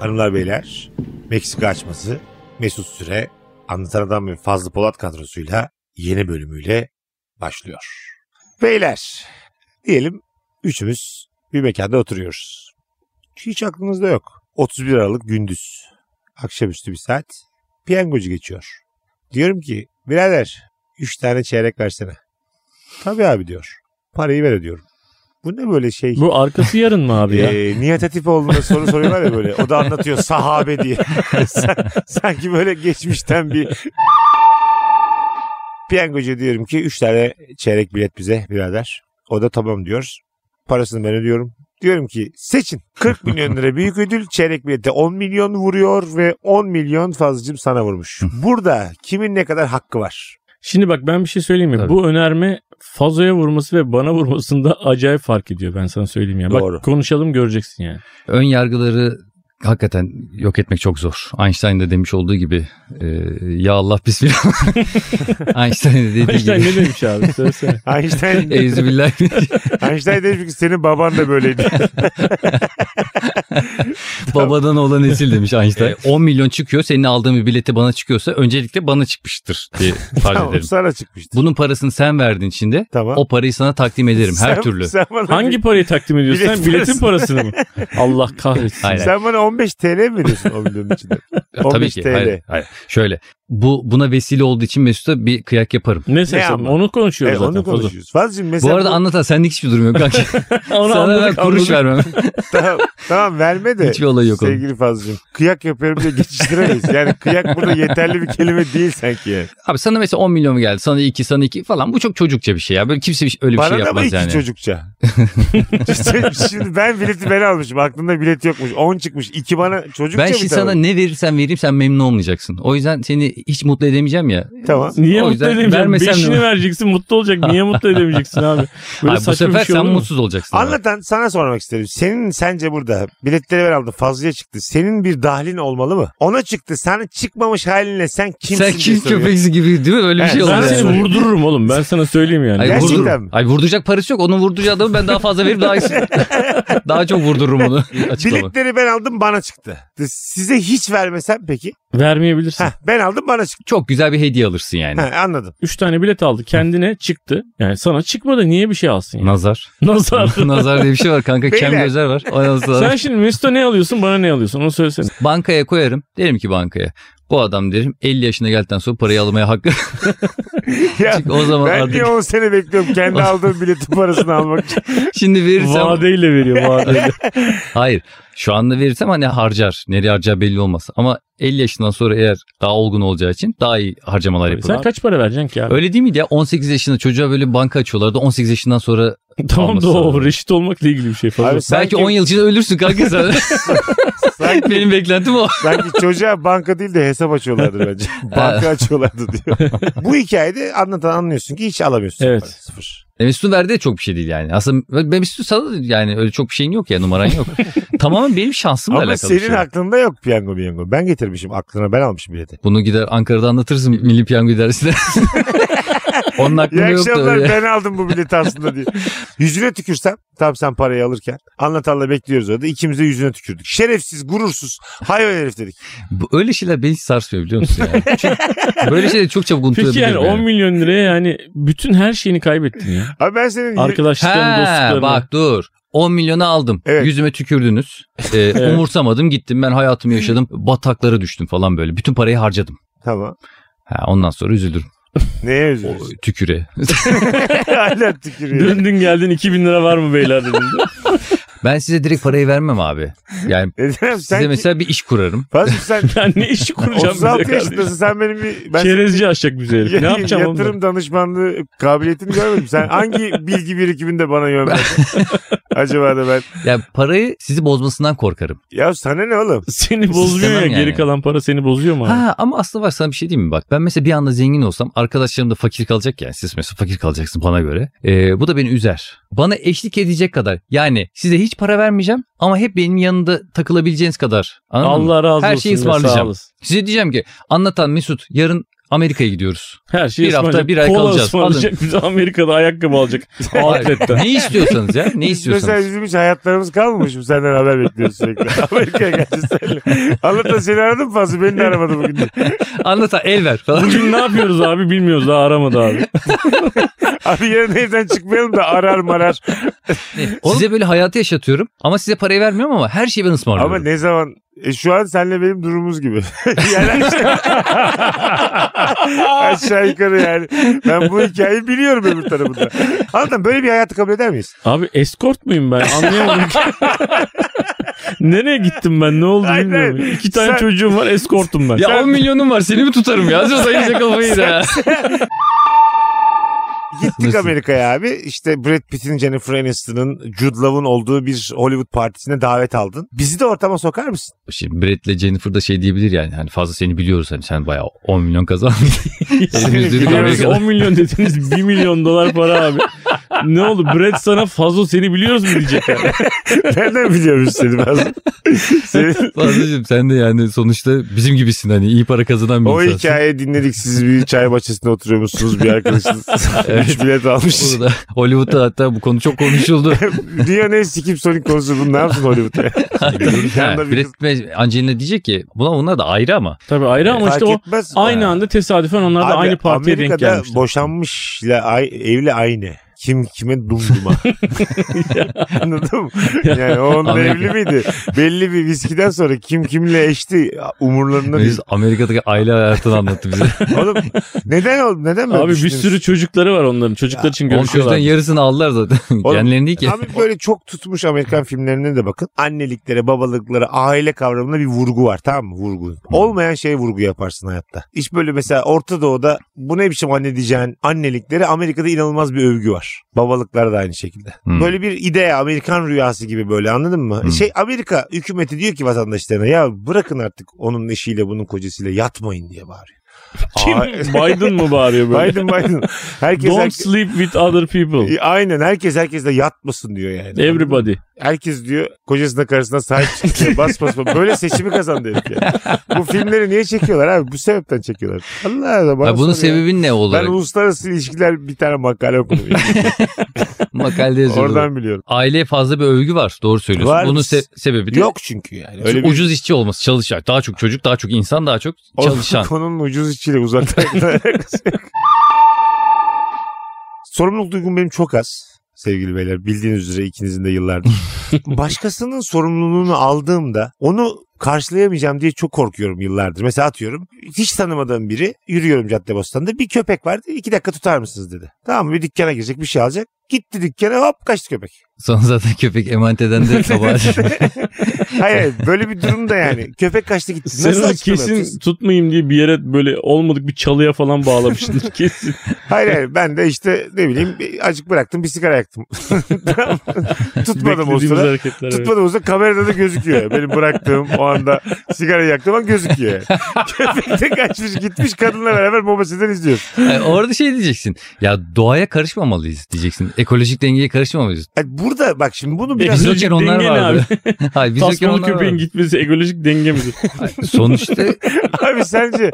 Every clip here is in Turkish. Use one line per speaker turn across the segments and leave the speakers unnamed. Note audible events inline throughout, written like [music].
Hanımlar beyler Meksika açması Mesut Süre Anlatan Adam ve Fazlı Polat kadrosuyla yeni bölümüyle başlıyor. Beyler diyelim üçümüz bir mekanda oturuyoruz. Hiç aklınızda yok. 31 Aralık gündüz. Akşamüstü bir saat. Piyangocu geçiyor. Diyorum ki birader 3 tane çeyrek versene. Tabii abi diyor. Parayı ver ödüyorum. Bu ne böyle şey?
Bu arkası yarın mı abi
[laughs]
ya?
Ee, Nihat Hatipoğlu'na soru soruyorlar ya böyle. O da anlatıyor sahabe diye. San- Sanki böyle geçmişten bir... Piyangocu diyorum ki 3 tane çeyrek bilet bize birader. O da tamam diyor. Parasını ben ödüyorum. Diyorum ki seçin 40 milyon lira büyük ödül çeyrek bilette 10 milyon vuruyor ve 10 milyon fazlacım sana vurmuş. Burada kimin ne kadar hakkı var?
Şimdi bak ben bir şey söyleyeyim mi?
Tabii.
Bu önerme Fazo'ya vurması ve bana vurmasında acayip fark ediyor ben sana söyleyeyim ya.
Doğru.
Bak konuşalım göreceksin
[laughs]
yani.
Ön yargıları hakikaten yok etmek çok zor. Einstein de demiş olduğu gibi e, ya Allah bismillah. [laughs] Einstein de dediği
Einstein
gibi.
ne demiş abi?
[laughs]
Söylesene.
Einstein,
Eyüzübillah.
Einstein demiş ki senin baban da böyleydi.
Babadan oğlan nesil demiş Einstein. 10 E, milyon çıkıyor. Senin aldığın bir bileti bana çıkıyorsa öncelikle bana çıkmıştır diye farz
[laughs] tamam
ederim.
sana çıkmıştı.
Bunun parasını sen verdin içinde.
Tamam.
O parayı sana takdim ederim her
Sen-
türlü.
sen bana
Hangi parayı takdim ediyorsun?
Bilet
sen? biletin parasını mı? Allah kahretsin.
Hayır,
Sen bana 15 TL mi diyorsun o videonun içinde?
[laughs] Ya,
15 TL.
E, Hayır, hayır. Şöyle. Bu buna vesile olduğu için Mesut'a bir kıyak yaparım.
Ne seçim?
ama?
Onu konuşuyoruz
E,
Evet,
zaten
E, onu
Fazo.
konuşuyoruz. Fazlıcığım
Bu
mesela...
arada anlatan senlik hiçbir durum yok. Kanka.
Onu
Sana ben
anladık,
kuruş
anladık.
vermem.
[laughs] tamam, tamam verme de
Hiçbir olayı yok onun.
sevgili Fazlıcığım. Kıyak yapıyorum diye geçiştiremeyiz. Yani kıyak burada yeterli bir kelime değil sanki yani.
Abi sana mesela 10 milyon mu geldi? Sana 2, sana 2 falan. Bu çok çocukça bir şey ya. Böyle kimse bir- öyle bir
Bana
şey
da mı
yapmaz
iki
yani.
çocukça?
[laughs]
şimdi ben bileti ben almışım. Aklımda bilet yokmuş. 10 çıkmış. 2 bana çocukça
Ben
mı
şimdi
tamam?
sana ne verirsem vereyim sen memnun olmayacaksın. O yüzden seni hiç mutlu edemeyeceğim ya.
Tamam.
Niye
O
mutlu
yüzden
edemeyeceksin?
vermesem de
Beşini
olur.
vereceksin mutlu olacak.
[laughs]
Niye mutlu edemeyeceksin abi? Böyle
Abi bu
saçma
sefer
bir şey
sen
olur mu?
mutsuz olacaksın. ama.
Anlatan sana sormak isterim. Senin sence burada biletleri ben aldım fazlaya çıktı. Senin bir dahlin olmalı mı? Ona çıktı. Sana çıkmamış halinle sen kimsin
Sen
diye
kim
soruyor.
köpeksi gibi değil mi? Öyle bir
Evet,
şey olur.
Ben
yani.
seni vurdururum oğlum. Ben sana söyleyeyim yani.
Ay,
Gerçekten
vurdururum.
mi?
Ay vurduracak parası yok. Onun vurduracağı adamı ben daha fazla verip daha
[laughs]
daha çok vurdururum onu. Açıklama.
Biletleri ben aldım bana çıktı. Size hiç vermesem peki?
Vermeyebilirsin.
Heh, ben aldım bana çıktı.
Çok güzel bir hediye alırsın yani.
Heh, anladım.
Üç tane bilet aldı. Kendine çıktı. Yani sana çıkmadı. Niye bir şey alsın
[laughs]
yani?
Nazar.
Nasıl aldın?
Nazar diye bir şey var kanka. Kem
Beyler.
Gözer var. O nazar.
Sen şimdi Mesut'a ne alıyorsun bana ne alıyorsun onu söylesene.
Bankaya koyarım. Derim ki bankaya. Bu adam derim 50 yaşına geldikten sonra parayı almaya hakkı.
[laughs] Ya,
o zaman
ben niye
artık
10 sene bekliyorum
[laughs]
kendi aldığım biletin parasını almak için.
şimdi verirsem.
Vadeyle
[laughs]
veriyor vadeyle.
Hayır. Şu anda verirsem hani harcar. Nereye harcayacağı belli olmaz. Ama 50 yaşından sonra eğer daha olgun olacağı için daha iyi harcamalar yapılır.
Sen kaç para vereceksin ki abi?
Öyle değil miydi ya? 18 yaşında çocuğa böyle bir banka açıyorlardı. 18 yaşından sonra
tamam da o
Olmasa-
reşit olmakla ilgili bir şey falan.
Abi sanki,
belki 10 yıl içinde ölürsün
[laughs]
kanka sen. [laughs]
sanki,
Benim beklentim o.
sanki çocuğa banka değil de hesap açıyorlardı
[laughs]
bence. banka açıyorlardı diyor. Bu hikayede anlatan anlıyorsun ki hiç alamıyorsun.
Evet.
parayı. Sıfır.
E, Mesut'un verdiği de çok bir şey değil yani. Aslında ben Mesut'un sana da yani öyle çok bir şeyin yok ya numaran
[laughs]
yok. Tamamen benim şansımla
Ama
alakalı bir
senin
şey.
aklında yok piyango piyango. Ben getirmişim aklına ben almışım bileti.
Bunu gider Ankara'da anlatırsın Milli Piyango
[laughs]
İdaresi'ne. Onun
İyi
aklında yoktu
akşamlar
öyle.
ben aldım bu bileti aslında diye. Yüzüne tükürsem tam sen parayı alırken anlatanla bekliyoruz orada ikimiz de yüzüne tükürdük. Şerefsiz gurursuz hayvan herif dedik.
Bu- Öyle şeyler beni hiç sarsmıyor biliyor musun yani? Çünkü böyle şeyleri çok çabuk
Peki
unutabilirim.
yani 10 milyon liraya yani bütün her şeyini kaybettin
[laughs]
ya.
Abi ben senin
Arkadaşlıklarını,
Ha,
dostluklarını.
bak dur. 10 milyonu aldım.
Evet.
Yüzüme tükürdünüz.
[laughs]
Ee, Umursamadım gittim ben hayatımı yaşadım. Bataklara düştüm falan böyle. Bütün parayı harcadım.
Tamam.
Ha, ondan sonra üzülürüm.
Neye
O,
üzülüyorsun?
tüküre. [laughs]
[laughs] Hala tükürüyor.
Döndün geldin 2000 lira var mı beyler
[laughs]
dedim.
ben size direkt parayı vermem abi. Yani
Edem
size
E, sen ki-
mesela bir iş kurarım.
Fazıl sen
Ben ne işi kuracağım?
36
bize kardeşim?
yaşındasın sen benim bir... Ben
Çerezci açacak bize herif.
Ya-
Şey, Ne yapacağım oğlum
Yatırım danışmanlığı kabiliyetini görmedim. Sen hangi bilgi birikiminde bana yönlendin? Acaba da ben.
Yani parayı sizi bozmasından korkarım.
Ya sana ne oğlum?
ben? Seni bozuyor ya
İstemem yani.
geri kalan para seni bozuyor mu abi?
Ha ama aslında var sana bir şey diyeyim mi bak. Ben mesela bir anda zengin olsam arkadaşlarım da fakir kalacak yani. Siz mesela fakir kalacaksın bana göre. Ee, bu da beni üzer. Bana eşlik edecek kadar yani size hiç para vermeyeceğim ama hep benim yanında takılabileceğiniz kadar. Anladın mı?
Allah razı olsun.
Her şeyi
be, sağ
ısmarlayacağım.
olasın.
Size diyeceğim ki anlatan Mesut yarın Amerika'ya gidiyoruz.
Her şeyi
Bir hafta,
ısmarlayacak.
bir ay
Kola
kalacağız.
ısmarlayacak. Bize Amerika'da ayakkabı alacak. Outlet'ten.
ne istiyorsanız ya. Ne
Mesela
istiyorsanız.
bizim hiç hayatlarımız kalmamış mı? Senden haber bekliyoruz
[laughs]
sürekli. Amerika'ya geleceğiz seninle. Anlat da seni aradım fazla. Beni de aramadı bugün. de.
Anlat ha, el ver falan.
[laughs] Bugün ne yapıyoruz abi bilmiyoruz daha aramadı abi.
Abi yarın evden çıkmayalım da arar marar.
Size böyle hayatı yaşatıyorum ama size parayı vermiyorum ama her şeyi ben ısmarlıyorum.
Ama ne zaman? E, şu an senle benim durumumuz gibi. [laughs] yani
[laughs]
aşağı... aşağı yukarı yani. Ben bu hikayeyi biliyorum öbür tarafında. Anladın mı? Böyle bir hayatı kabul eder miyiz?
Abi escort muyum ben anlayamadım ki. [laughs] Nereye gittim ben ne oldu
Hayır,
bilmiyorum.
hayır.
İki tane
Sen-
çocuğum var escortum ben.
Ya 10 milyonum var seni mi tutarım ya? Sen sayınca kafayı da.
Gittik
Nasıl?
Amerika'ya abi. İşte Brad Pitt'in, Jennifer Aniston'ın, Jude Law'un olduğu bir Hollywood partisine davet aldın. Bizi de ortama sokar mısın?
Şimdi Brett'le Şey, Jennifer da şey diyebilir yani. Hani fazla seni biliyoruz. Hani sen bayağı 10 milyon kazandın. Elimiz dedik
Biliyoruz,
Biliyoruz,
Amerika'da.
10 milyon dediniz 1 milyon dolar para abi. Ne oldu Brad sana fazla seni biliyoruz mu diyecek yani.
Nereden biliyormuş seni
[laughs]
ben? Senin- [laughs]
Fazlacığım sen de yani sonuçta bizim gibisin hani iyi para kazanan bir
o
insansın.
hikayeyi dinledik. Siz bir çay bahçesinde oturuyormuşsunuz bir arkadaşınız.
[laughs] Evet.
Üç bilet almış.
Burada Hollywood'da hatta bu konu
[laughs]
çok konuşuldu.
Dünya ne sikim sonik konusu bunu ne yapsın
[laughs]
Hollywood'da?
ha,
Yanda bir kız-
Brett ve Angelina diyecek ki bunlar onlar da ayrı ama.
Tabii ayrı ama işte o
E, Fark etmez.
aynı anda tesadüfen onlar da
Abi,
aynı partiye denk
Amerika'da
gelmişler.
boşanmışla ay- evli aynı. Kim kime
[laughs]
dumduma. [laughs] Anladın mı? Yani o onunla
Amerika.
evli miydi? Belli bir viskiden sonra kim kimle eşti umurlarında değil.
Biz Amerika'daki aile hayatını anlattı
[laughs]
bize.
Oğlum neden oldu? Neden böyle
Abi bir
düşündünüz?
sürü çocukları var onların. Çocuklar için
Onun çocuğun
görüşüyorlar.
yarısını aldılar zaten.
Oğlum,
[laughs] Kendilerini değil ki.
Abi böyle çok tutmuş Amerikan filmlerine de bakın. Anneliklere, babalıklara, aile kavramına bir vurgu var tamam mı? Vurgu. Olmayan şeye vurgu yaparsın hayatta. Hiç böyle mesela Orta Doğu'da bu ne biçim anne diyeceğin anneliklere Amerika'da inanılmaz bir övgü var. Babalıklara da aynı şekilde.
Hmm.
Böyle bir idea Amerikan rüyası gibi böyle anladın mı?
Hmm.
Şey Amerika hükümeti diyor ki vatandaşlarına ya bırakın artık onun eşiyle bunun kocasıyla yatmayın diye bağırıyor.
Kim?
Aa,
Biden mı bağırıyor böyle?
Biden Biden. Herkes,
Don't
herkes
sleep with other people.
Aynen herkes herkesle yatmasın diyor yani.
Everybody.
Herkes diyor kocasına karısına sahip çıkıyor. Bas bas bas. Böyle seçimi kazandı herif yani. Bu filmleri niye çekiyorlar abi? Bu sebepten çekiyorlar. Allah Allah. bana
Ha, bunun
sor ya.
sebebin ne
Ben
olarak?
uluslararası ilişkiler bir tane makale [laughs] okudum.
Makalede yazıyordu.
Oradan biliyorum.
Aileye fazla bir övgü var. Doğru söylüyorsun.
Var.
Bunun se- sebebi de
Yok çünkü yani. Öyle bir
ucuz işçi olması. Çalışan. Daha çok çocuk, daha çok insan, daha çok
Oğlum, [laughs]
çalışan.
Konunun ucuz işçiyle uzaktan alakası yok. Sorumluluk duygum benim çok az sevgili beyler. Bildiğiniz üzere ikinizin de yıllardır. Başkasının sorumluluğunu aldığımda onu karşılayamayacağım diye çok korkuyorum yıllardır. Mesela atıyorum hiç tanımadığım biri yürüyorum Caddebostan'da bir köpek vardı iki dakika tutar mısınız dedi. Tamam mı bir dükkana girecek bir şey alacak. Gitti dükkana hop kaçtı köpek.
Sonra zaten köpek emanet eden de kabahat.
Hayır hayır, böyle bir durumda yani. Köpek kaçtı gitti.
Sen
Nasıl
onu
açıklamıyorsunuz?
kesin tutmayayım diye bir yere böyle olmadık bir çalıya
[laughs]
falan bağlamıştır kesin.
Hayır hayır ben de işte ne bileyim bir acık bıraktım bir sigara yaktım.
[laughs]
Tamam. tutmadım o
Beklediğimiz
sıra.
hareketler. evet.
Tutmadım o sıra kamerada da gözüküyor. Benim bıraktığım o anda sigara yaktığım an gözüküyor.
[laughs]
yani. Köpek de kaçmış gitmiş kadınla beraber babasından izliyoruz.
Yani orada şey diyeceksin. Ya doğaya karışmamalıyız diyeceksin. Ekolojik dengeye karışmamalıyız.
Yani burada bak şimdi bunu
Ya
biraz
Biz
Ekolojik
yokken onlar
denge ne
vardı. [laughs] Hayır biz yokken
Tasmalı
onlar
köpeğin
vardı.
gitmesi ekolojik denge midir?
Sonuçta
[laughs] abi sence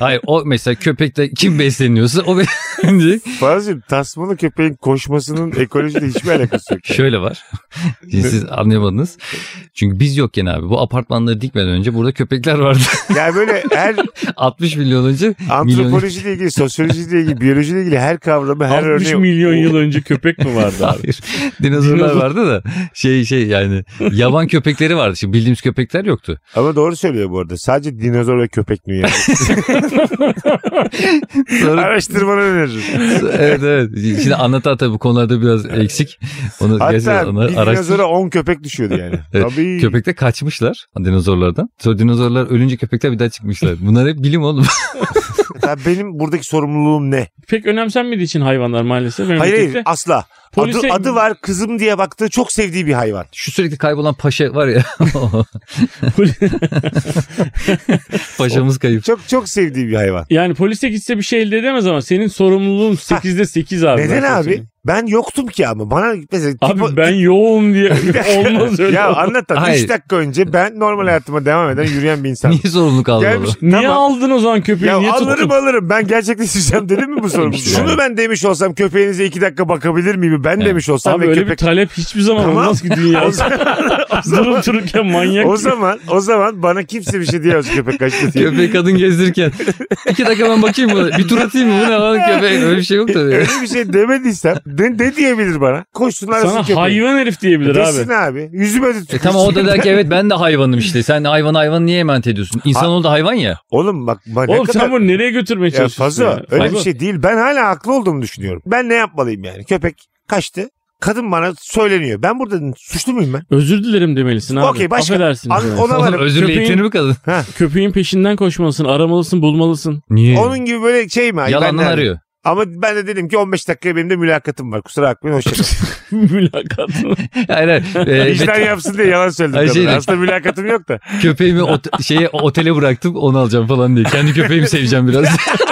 hayır o mesela köpekte kim besleniyorsa [laughs] o beslenecek.
Fazlacığım tasmalı köpeğin koşmasının ekolojiyle hiçbir alakası yok. yani.
Şöyle var. Şimdi siz anlayamadınız. Çünkü biz yokken abi bu apartmanları dikmeden önce burada köpekler vardı. [laughs]
Yani böyle
[laughs]
her
60 milyon önce.
antropolojiyle ilgili, sosyolojiyle ilgili, biyolojiyle ilgili her kavramı, [laughs] her
60
örneği
milyon yıl önce köpek mi vardı
[laughs]
abi?
Hayır. Dinozorlar
Dinozor.
vardı da şey şey yani yaban köpekleri vardı. Şimdi bildiğimiz köpekler yoktu.
Ama doğru söylüyor bu arada. Sadece dinozor ve köpek dünyası. [laughs]
Sonra,
Araştırmanı öneririm.
evet evet. Şimdi anlatan tabii bu konularda biraz eksik. Onu gerçekten
Hatta
onları
bir
araştır.
dinozora 10 köpek düşüyordu yani.
[laughs] Evet,
Tabii.
Köpek de kaçmışlar dinozorlardan. Sonra dinozorlar ölünce köpekler bir
[laughs]
daha çıkmışlar. Bunlar hep bilim oğlum. [laughs]
Ya benim buradaki sorumluluğum ne?
Pek önemsenmediği için hayvanlar maalesef.
Hayır
memlekette.
hayır asla.
Polise-
Adı, adı var kızım diye baktığı çok sevdiği bir hayvan.
Şu sürekli kaybolan paşa
[laughs]
var ya. Paşamız kayıp.
Çok çok sevdiği bir hayvan.
Yani polise gitse bir şey elde edemez ama senin sorumluluğun 8'de 8 abi.
Neden
Ben sana
abi?
söyleyeyim.
Ben yoktum ki ama bana mesela
Abi
tipo-
ben
[laughs]
yoğun diye [laughs] olmaz öyle.
ya anlat lan.
Hayır.
3 dakika önce ben normal hayatıma devam eden yürüyen bir insan.
[laughs] Niye sorumluluk almalı?
Gelmiş.
Niye
Tamam.
aldın o zaman köpeği?
Ya
Niye
alırım
tuttun?
alırım ben gerçekleştireceğim dedim mi bu sorumu?
İşte
Şunu
yani.
ben demiş olsam köpeğinize iki dakika bakabilir miyim? Ben
Evet.
demiş olsam
Abi
ve
öyle bir
köpek...
talep hiçbir zaman
Tamam.
olmaz ki
[laughs] o,
dünyada.
zaman,
Durup dururken manyak.
o zaman o zaman bana kimse bir şey diyemez köpek kaçtı [laughs]
[laughs]
diye.
Köpeği kadın gezdirirken. iki dakika ben bakayım mı? Bir tur atayım mı? Bu ne lan köpek? Öyle bir şey yok
[laughs]
tabii.
Öyle bir şey demediysem ne, ne diyebilir bana? Koşsunlar arasın
Sana
köpeği. E,
hayvan herif diyebilir
Desin
abi.
abi. Yüzüme de
E tamam o da
tükürsün.
der ki evet ben de hayvanım işte. Sen hayvanı hayvan niye emanet ediyorsun? İnsanoğlu da hayvan ya.
[laughs] Oğlum bak bak ne
Oğlum
kadar...
sen bunu nereye götürmeye
Ya
çalışıyorsun?
Fazo
ya?
öyle
Fazo,
bir şey değil. Ben hala haklı olduğumu düşünüyorum. Ben ne yapmalıyım yani? Köpek kaçtı. Kadın bana söyleniyor. Ben burada suçlu muyum ben?
Özür dilerim demelisin abi.
Okey, başka-
Affedersiniz.
An-
yani.
ona
Oğlum
varım.
özürle
Köpeğin-
yetinir mi kadın?
Köpeğin peşinden koşmalısın, aramalısın, bulmalısın. [laughs]
Niye?
Onun gibi böyle şey mi? Ay, ben
Yalandan
de-
arıyor.
Ama ben de dedim ki 15 dakikaya benim de mülakatım var. Kusura bakmayın hoşçakalın.
Mülakat.
[laughs]
Hayır hayır. [laughs] Ee,
Vicdan yapsın diye yalan söyledim.
Ay,
kadına.
şey de-
Aslında mülakatım yok
[laughs]
da.
köpeğimi ot- şeye otele bıraktım onu alacağım falan diye. Kendi köpeğimi seveceğim biraz.
[laughs]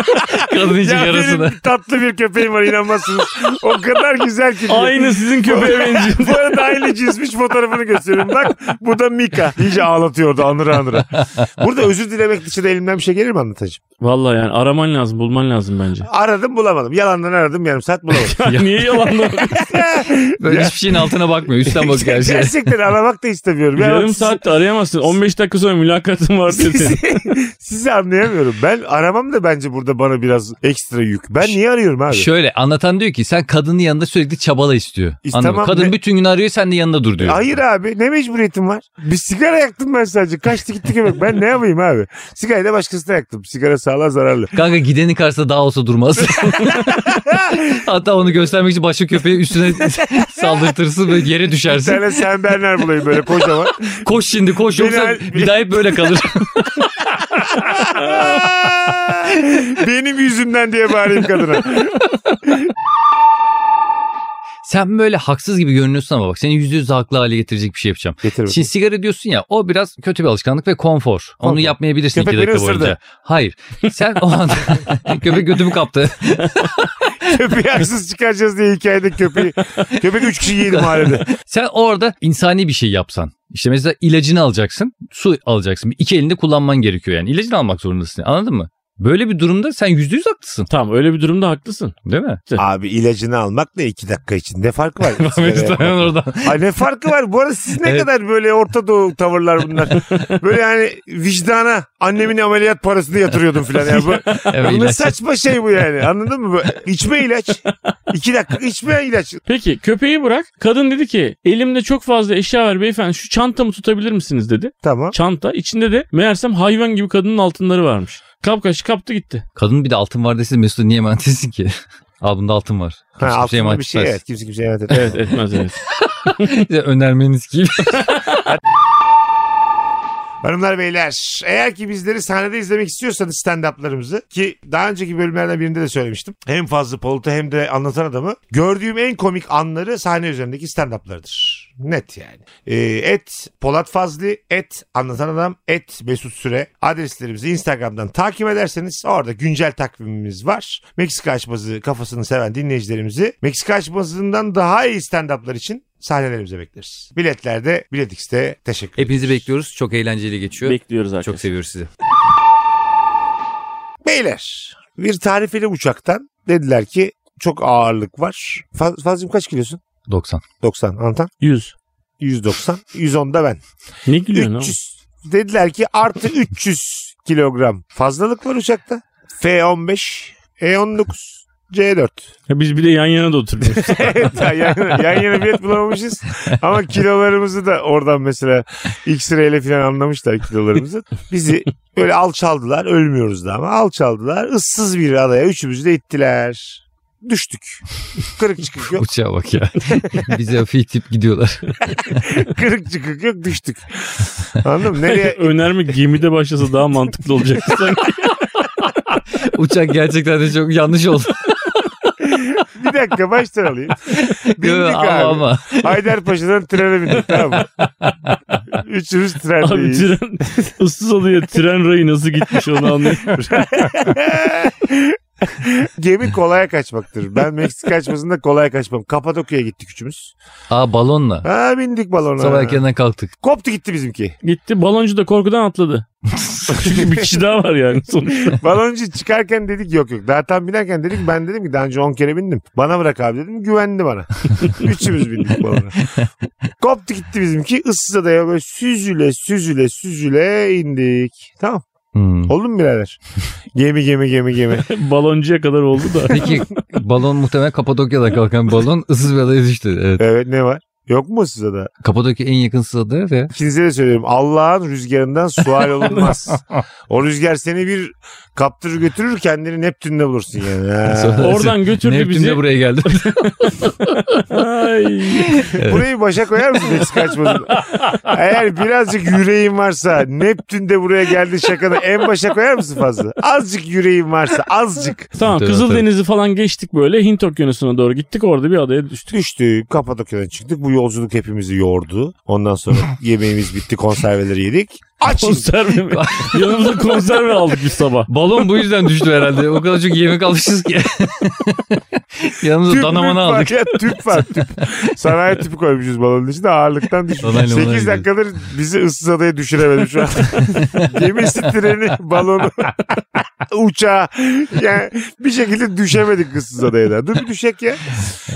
Kadın için
ya
şey yarasına.
benim tatlı bir köpeğim var inanmazsınız. o kadar güzel ki. diyor.
Aynı sizin köpeğe benziyor.
Bu arada aynı cinsmiş fotoğrafını gösteriyorum. Bak bu da Mika. İyice ağlatıyordu anıra anıra. Burada özür dilemek dışında elimden bir şey gelir mi anlatacağım?
Vallahi yani araman lazım, bulman lazım
[laughs]
bence.
Aradım bulamadım. Yalandan aradım yarım saat
[laughs]
bulamadım.
Ya Niye yalanlar?
Böyle
Ya.
hiçbir şeyin altına bakmıyor. Üstten bakıyor her şeye.
Gerçekten aramak da istemiyorum. Ya
Yarım
sizi- [laughs]
saatte arayamazsın. 15 dakika sonra mülakatın var diyor senin.
[laughs] Sizi anlayamıyorum. Ben aramam da bence burada bana biraz ekstra yük. Ben niye arıyorum abi?
Şöyle anlatan diyor ki sen kadının yanında sürekli çabala istiyor.
İstemem
Anladın mı? Kadın
ve-
bütün gün arıyor sen de yanında dur diyor.
Hayır abi ne mecburiyetim var? Bir sigara yaktım ben sadece. Kaçtı gitti köpek. Ben ne yapayım abi? Sigarayı da başkasına yaktım. Sigara sağlığa zararlı.
Kanka gidenin karşısında daha
[laughs]
olsa durmaz. Hatta onu göstermek için başka köpeği üstüne [laughs] saldırtırsın ve yere
Bir
düşersin.
tane sen benler bulayım böyle kocaman.
Koş şimdi koş
Beni
yoksa
al-
bir daha hep böyle kalır. [laughs]
Benim yüzümden diye bağırayım kadına.
Sen böyle haksız gibi görünüyorsun ama bak seni yüzde yüz haklı hale getirecek bir şey yapacağım.
Getir bakayım.
Şimdi sigara diyorsun ya o biraz kötü bir alışkanlık ve konfor. Onu
Konfor.
yapmayabilirsin
Köpek
iki dakika
beni ısırdı.
boyunca. Hayır. Sen o
[laughs]
an [laughs] köpek götümü kaptı.
Köpeği haksız çıkaracağız diye hikayede köpeği. Köpek üç kişi yedi
[laughs]
mahallede.
Sen orada insani bir şey yapsan. İşte mesela ilacını alacaksın, su alacaksın. İki elinde kullanman gerekiyor yani. İlacını almak zorundasın. Anladın mı? Böyle bir durumda sen yüzde yüz haklısın.
Tamam öyle bir durumda haklısın.
Değil mi?
Abi ilacını almakla iki dakika içinde fark
[laughs]
var.
Ahmet Dayan [laughs] oradan.
Ay ne farkı var? Bu arada siz ne
Evet.
kadar böyle Orta Doğu tavırlar bunlar. Böyle yani vicdana annemin ameliyat parasını yatırıyordum filan. Yani bu,
[laughs] Evet,
bu ne
ilaç.
saçma şey bu yani anladın mı? Bu- İçme ilaç. İki dakika içme ilaç.
Peki köpeği bırak. Kadın dedi ki elimde çok fazla eşya var beyefendi şu çantamı tutabilir misiniz dedi.
Tamam.
Çanta içinde de meğersem hayvan gibi kadının altınları varmış. Kapkaşı kaptı gitti.
Kadın bir de altın var desin Mesut'a niye emanet etsin ki? [laughs] Aa bunda altın [laughs] var.
Ha,
Kimse bir şey
altında
emanet
bir şey
etmez.
evet. Kimse kimseye emanet etmez.
[laughs] Evet etmez evet.
Size Önermeniz gibi.
Hanımlar beyler eğer ki bizleri sahnede izlemek istiyorsanız stand-up'larımızı ki daha önceki bölümlerden birinde de söylemiştim. Hem Fazlı Polat'ı hem de Anlatan Adam'ı gördüğüm en komik anları sahne üzerindeki stand-up'larıdır. Net yani. Ee, et Polat Fazlı, et Anlatan Adam, et Mesut Süre adreslerimizi Instagram'dan takip ederseniz orada güncel takvimimiz var. Meksika açmazı kafasını seven dinleyicilerimizi Meksika açmazından daha iyi stand-up'lar için sahnelerimize bekleriz. Biletlerde, Bilet X'te teşekkür
[laughs] Hepinizi bekliyoruz. Çok eğlenceli geçiyor.
Bekliyoruz arkadaşlar.
Çok seviyoruz sizi.
Beyler bir tarifeli uçaktan dediler ki çok ağırlık var. Faz, Fazlım kaç kilosun?
90.
90 Antan.
100.
190. 110 da ben.
Ne gülüyorsun oğlum?
300. Dediler ki artı 300 kilogram fazlalık var uçakta. F-15, E-19, C-4.
Ya Biz bir de yan yana da [laughs] oturuyoruz.
evet ya, yan, yana- yan yana bilet bulamamışız. Ama kilolarımızı da oradan mesela X-ray'le falan anlamışlar kilolarımızı. Bizi böyle alçaldılar. Ölmüyoruz da ama alçaldılar. Issız bir adaya üçümüzü de ittiler. Düştük. Kırık çıkık
[laughs]
yok.
Uçağa bak ya. Bize hafif tip [laughs] gidiyorlar.
Kırık çıkık yok düştük. Anladın mı? Nereye?
Önerme gemide başlasa daha mantıklı [laughs] olacaktı sanki.
Uçak gerçekten de çok yanlış oldu.
Bir dakika baştan alayım. Bindik
ama,
abi.
ama.
Haydarpaşa'dan trene bindik tamam mı? Üçümüz
Abi
trendeyiz.
[laughs] tren ıssız oluyor. Tren rayı nasıl gitmiş onu anlayamıyorum.
Gemi kolaya kaçmaktır. Ben Meksika kaçmasında kolaya kaçmam. Kapadokya'ya gittik üçümüz.
Aa balonla.
Ha bindik balona.
Sabah erkenden kalktık.
Koptu gitti bizimki.
Gitti baloncu da korkudan atladı. [laughs] Çünkü bir kişi daha var [laughs] yani sonuçta.
Baloncu çıkarken dedik yok yok. Daha tam binerken dedik ben dedim ki daha önce 10 kere bindim. Bana bırak abi dedim güvendi bana. Üçümüz bindik balona. Koptu gitti bizimki. Issız adaya böyle süzüle süzüle süzüle indik. Tamam.
Hmm.
Oldu mu birader? gemi gemi gemi gemi.
Baloncuya kadar oldu da.
Peki balon muhtemelen Kapadokya'dan kalkan bir balon ıssız bir adaya düştü. Evet.
Evet ne var? Yok mu ıssız ada?
Kapadokya en yakın ıssız adaya ve
İkinize de söylüyorum. Allah'ın rüzgarından sual olunmaz. o rüzgar seni bir kaptırır götürür kendini Neptün'de bulursun yani. Ha.
Sonra-
Oradan götürdü
Neptün'de
şey.
bizi.
[laughs]
buraya geldi.
Ay.
Burayı başa koyar mısın Meksika açmasını? Eğer birazcık yüreğin varsa Neptün de buraya geldi şakana en başa koyar mısın fazla? Azıcık yüreğin varsa azıcık.
Tamam
Tabii,
Kızıldeniz'i falan geçtik böyle Hint okyanusuna doğru gittik orada bir adaya düştük.
Düştü Kapadokya'dan çıktık. Bu yolculuk hepimizi yordu. Ondan sonra yemeğimiz bitti konserveleri yedik. Açız.
[laughs] Konserve mi? [laughs] Yanımıza konserve aldık biz sabah.
Balon bu yüzden düştü herhalde. O kadar çok yemek
[laughs]
almışız ki. Yanımıza
Tüp müp
danamanı
var
aldık.
ya, tüp var tüp.
[laughs]
Sanayi tüpü koymuşuz balonun içine ağırlıktan düşmüş.
Dolaylı dolaylı
8 dakikadır bizi ıssız adaya düşüremedim
[laughs]
şu an. Gemisi, treni, balonu, [laughs] uçağı. Yani bir şekilde düşemedik ıssız adaya da. Dur bir düşek ya.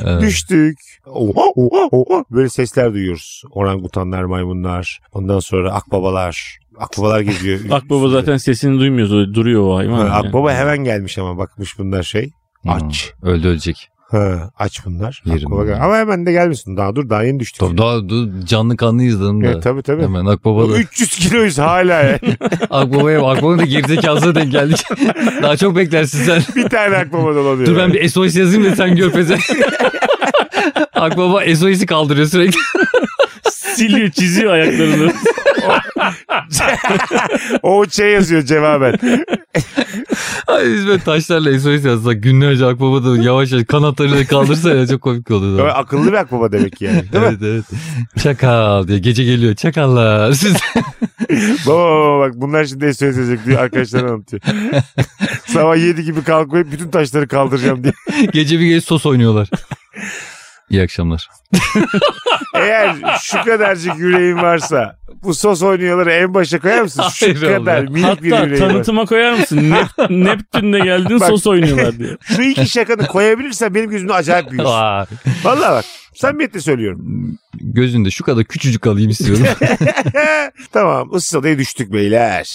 Evet.
Düştük. Oha, oha, oha. Böyle sesler duyuyoruz. Orangutanlar, maymunlar. Ondan sonra akbabalar. Akbabalar geziyor.
[laughs] Akbaba zaten sesini duymuyoruz. öyle Duruyor o hayvan.
Ha,
yani. [laughs]
akbaba hemen gelmiş ama bakmış bunlar şey. Aç.
Hmm, Öldü ölecek.
Ha, aç bunlar.
Yerim
Akbaba gel-
ben.
Ama hemen de gelmesin. Daha dur daha yeni düştük.
Tabii daha dur, canlı kanlı izledim
Evet,
da.
tabii tabii.
Hemen Akbaba da.
300 kiloyuz hala.
[laughs]
ya.
Akbaba'ya Akbaba'nın da gerizekalısına
[laughs]
denk geldik. daha çok beklersin sen.
bir tane akbaba dolanıyor.
Dur ben bir SOS yazayım da sen gör
[laughs]
peze. Akbaba SOS'i kaldırıyor sürekli.
Siliyor
[laughs]
çiziyor ayaklarını.
O şey yazıyor
[laughs]
cevaben.
Ay, Biz böyle taşlarla SOS yazsak günlerce Akbaba da yavaş yavaş kanatlarıyla kaldırsa ya çok komik
Böyle
oluyor.
akıllı bir akbaba demek ki yani. Değil mi?
Evet evet. Çakal diye gece geliyor. Çakallar. Siz [laughs]
baba baba bak bunlar şimdi SOS yazacak diyor. Arkadaşlarına
[laughs]
anlatıyor. Sabah 7 gibi kalkıp bütün taşları kaldıracağım diye.
gece bir gece sos oynuyorlar. İyi akşamlar.
Eğer şu kadarcık yüreğin varsa bu sos oynuyorları en başa koyar mısın? Şu
Hayır oğlum
kadar
ya.
minik bir
Hatta
yüreğin var.
tanıtıma koyar mısın? Nep- Neptün'de
[laughs]
geldin
Bak.
sos oynuyorlar diye.
Şu iki şakanı koyabilirsen benim gözümde acayip büyürsün.
[laughs] Vay.
Vallahi bak. Samimiyetle söylüyorum.
Gözünde şu kadar küçücük kalayım istiyorum. [laughs]
[laughs] tamam ıssız adaya düştük beyler.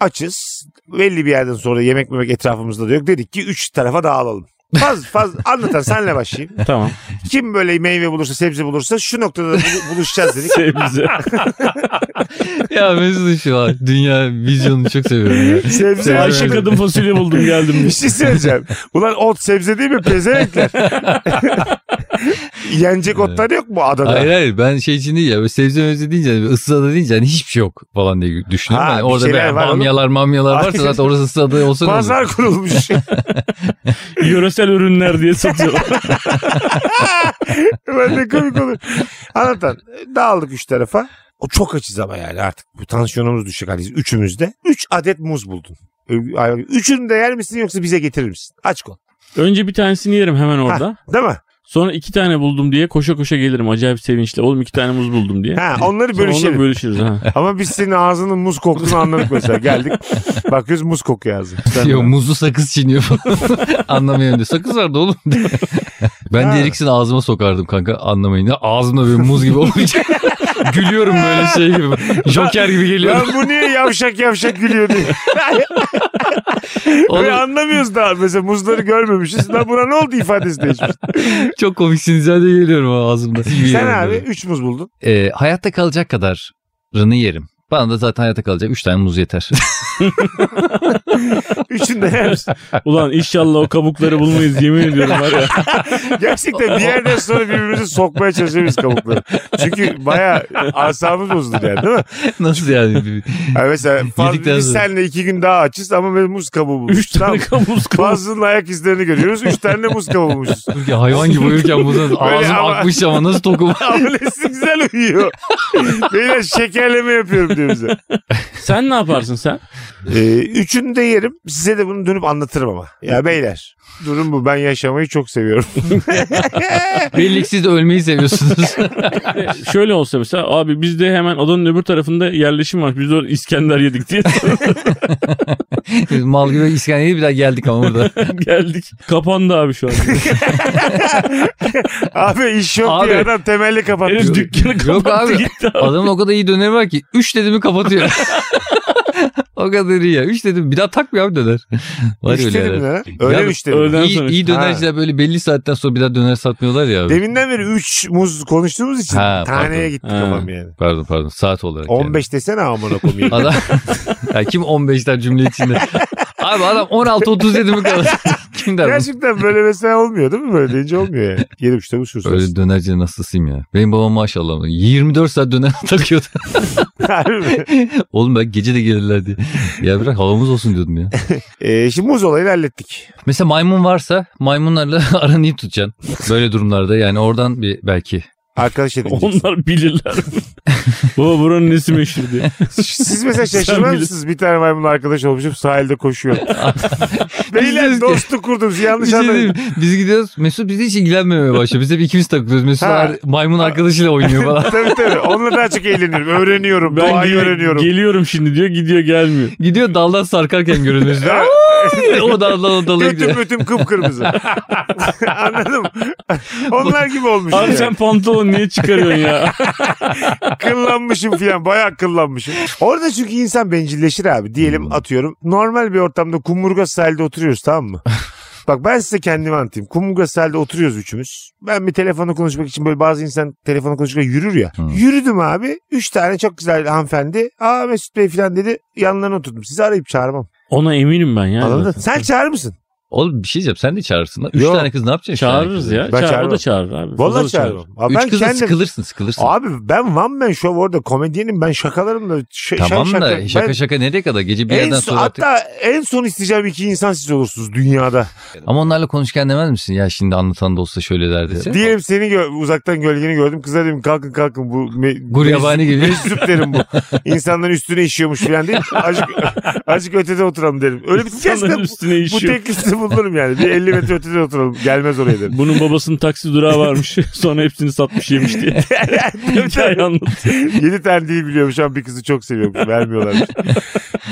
Açız. Belli bir yerden sonra yemek memek etrafımızda da yok. Dedik ki üç tarafa dağılalım. Faz, faz anlatan senle başlayayım. [laughs]
Tamam.
Kim böyle meyve bulursa sebze bulursa şu noktada bulu- buluşacağız dedik.
Sebze.
ya Mesut şu an dünya vizyonunu çok seviyorum ya.
sebze
Sebze.
Ayşe kadın fasulye buldum geldim.
Bir
diye.
şey söyleyeceğim. Ulan ot sebze değil mi? Pezevenkler. Yenecek otlar yok mu adada?
Hayır hayır ben şey için değil ya böyle sebze mevze deyince hani ıssız ada deyince hani hiçbir şey yok falan diye düşünüyorum.
Ha,
Yani
bir
orada
şeyler
böyle
var oğlum.
bamyalar mamyalar varsa zaten orası ıssız ada olsa ne olur?
Pazar kurulmuş.
Yöresel ürünler
[laughs]
diye satıyorlar.
Ulan ne komik olur. Anlatan dağıldık üç tarafa. O çok açız ama yani artık bu tansiyonumuz düşecek hani üçümüzde. Üç adet muz buldun. Ö- ay- Üçünü de yer misin yoksa bize getirir misin? Aç kol.
Önce bir tanesini yerim hemen orada.
Değil mi?
Sonra iki tane buldum diye koşa koşa gelirim acayip sevinçle. Oğlum iki tane muz buldum diye.
Ha, onları
Sonra
bölüşelim.
onları bölüşürüz. Ha.
Ama biz senin ağzının muz koktuğunu anladık mesela. Geldik bakıyoruz muz kokuyor ağzın. Sen-
Yok muzlu sakız çiğniyor falan. [laughs] Anlamıyorum diyor. Sakız vardı oğlum. [laughs] ben
Ha.
diğer ikisini ağzıma sokardım kanka anlamayın. Ağzımda böyle muz gibi olacak. [laughs] Gülüyorum böyle şey gibi. Joker gibi
Lan
geliyorum.
bu niye yavşak yavşak gülüyor diye.
Oğlum,
Böyle anlamıyoruz daha. Mesela muzları görmemişiz. Lan buna ne oldu ifadesi değişmiş.
çok komiksiniz ya diye geliyorum ha ağzımda.
Sen
Gülüyorum
abi
böyle.
üç muz buldun.
Ee, hayatta kalacak kadarını yerim. Bana da zaten hayatta kalacak 3 tane muz yeter. [laughs]
Üçünü de yer misin? [laughs]
Ulan inşallah o kabukları bulmayız yemin ediyorum var ya.
Gerçekten bir yerden sonra birbirimizi sokmaya çalışıyoruz kabukları. Çünkü baya asabımız bozulur yani değil mi? [laughs]
Nasıl yani?
Yani mesela Faz,
Yedikten
biz
sonra.
seninle iki gün daha açız ama ben muz kabuğu bulmuş.
Üç
[laughs]
tane kabus kabuk.
Fazlının ayak izlerini görüyoruz. Üç tane de muz kabuğu
[laughs]
bulmuşuz.
Ya hayvan gibi uyurken muzun ağzım
ama- [laughs]
akmış ama nasıl tokum?
Ama nesi güzel uyuyor. Beyler şekerleme yapıyorum diyor. birbirimize.
Sen ne yaparsın sen?
Ee, üçünü de yerim. Size de bunu dönüp anlatırım ama. Ya beyler durum bu. Ben yaşamayı çok seviyorum. [laughs]
Belli ki siz de
[laughs]
ölmeyi seviyorsunuz.
E, Şöyle olsa mesela abi biz de hemen odanın öbür tarafında yerleşim var. Biz de orada İskender yedik diye [laughs]
Biz Mal gibi İskenderiye bir daha geldik ama burada.
geldik. Kapandı
[laughs]
abi şu an.
abi iş yok diye
Abi.
adam temelli
Herif
kapatıyor.
dükkanı kapattı
Yok abi.
gitti
[laughs]
abi.
Adamın o kadar iyi dönemi var ki 3 dedi mi kapatıyor. [laughs] o kadar iyi ya. 3 dedim bir daha takmıyor abi döner. Var
Üç
öyle
dedim
yerler.
ya. Öyle
Ya-
mi üç dedim?
öyle- Öğleden
İyi,
sonra
iyi
işte.
dönerciler böyle belli saatten sonra bir daha döner satmıyorlar ya. Abi.
Deminden beri 3 muz konuştuğumuz için
Ha,
taneye
pardon.
gitti
Ha.
kafam yani.
Pardon pardon saat olarak. yani.
15 desene amına koyayım.
[laughs] Adam, ya kim 15'ler cümle içinde? Abi adam 16.30 dedi mi kalır? [laughs] kim der bunu?
Gerçekten böyle mesela olmuyor değil mi? Böyle deyince olmuyor yani. Yedi buçukta bu [laughs]
Öyle dönerci nasılsın ya? Benim babam maşallah 24 saat döner [laughs] takıyordu. Oğlum belki gece de gelirler diye. Ya bırak havamız olsun diyordum ya.
Ee, şimdi muz olayını hallettik.
Mesela maymun varsa maymunlarla [laughs] aranı iyi tutacaksın. Böyle durumlarda yani oradan bir belki.
Arkadaş
[laughs]
edineceksin. [laughs]
Onlar bilirler. Baba buranın nesi meşhur diye.
Siz mesela
Sen
şaşırmaz
bilirsin.
mısınız? Bir tane maymunla arkadaş olmuşum sahilde koşuyor.
diyoruz
Beyler
ki-
dostluk kurdum. Siz
Bir
Yanlış
şey diyeyim
anladınız.
mi? Biz gidiyoruz. Mesut bizi hiç ilgilenmemeye başlıyor. Biz hep ikimiz takılıyoruz. Mesut
Ha.
ar- maymun arkadaşıyla
[laughs]
oynuyor falan.
tabii tabii. Onunla daha çok eğlenirim. Öğreniyorum.
Ben
doğayı
gel-
öğreniyorum. [laughs]
geliyorum şimdi diyor gidiyor gelmiyor.
Gidiyor daldan sarkarken görünüyoruz. [laughs] o daldan o dala gidiyor.
Götüm götüm kıpkırmızı. [laughs] Anladım. Onlar gibi olmuş.
Abi sen pantolon niye çıkarıyorsun
[laughs]
ya?
kıllanmışım filan bayağı kıllanmışım. Orada çünkü insan bencilleşir abi. Diyelim
Hmm.
atıyorum normal bir ortamda kumburgaz sahilde oturuyoruz tamam
[laughs]
mı? Bak ben size kendimi anlatayım. Kumburgaz sahilde oturuyoruz üçümüz. Ben bir telefonla konuşmak için böyle bazı insan telefonla konuşurken yürür ya.
Hmm.
Yürüdüm abi. Üç tane çok güzel hanımefendi. Aa Mesut Bey filan dedi. Yanlarına oturdum. Sizi arayıp çağırmam.
Ona eminim ben ya.
Anladın? Sen çağırır mısın?
Oğlum bir şey diyeceğim. Sen de çağırırsın. lan. Üç
Yok.
tane kız ne yapacaksın? üç tane
Çağırırız
kızı?
ya.
Ben
Çağır, o
çağırmam.
da çağırır abi. Fazla
Vallahi
da
çağırmam. Abi
Üç
ben
kızla
kendim...
sıkılırsın sıkılırsın.
Abi ben one man show orada komedyenim ben şakalarımla ş-
tamam
şaka,
da şaka
Ben-
şaka nereye kadar? Gece bir
en
yerden
son,
sonra artık.
hatta en son isteyeceğim iki insan siz olursunuz dünyada.
Ama onlarla konuşurken demez misin? Ya şimdi anlatan da olsa şöyle derdi.
Diyelim seni gö- uzaktan gölgeni gördüm. Kıza dedim kalkın kalkın bu me-
Gur yabani geliyor.
meczup
[laughs]
derim bu. İnsanların üstüne işiyormuş falan değil. Azıcık, azıcık ötede oturalım derim. Öyle bir
İnsanların
sesle
üstüne
bu
işiyor.
teklifte bulunurum yani. Bir 50 metre ötede oturalım. Gelmez oraya
[laughs]
derim.
Bunun babasının taksi durağı [laughs] varmış. Sonra hepsini satmış yemiş [laughs] diye. şey Hikaye anlat.
7 tane değil biliyormuş ama bir kızı çok seviyormuş.
[laughs]
Vermiyorlarmış.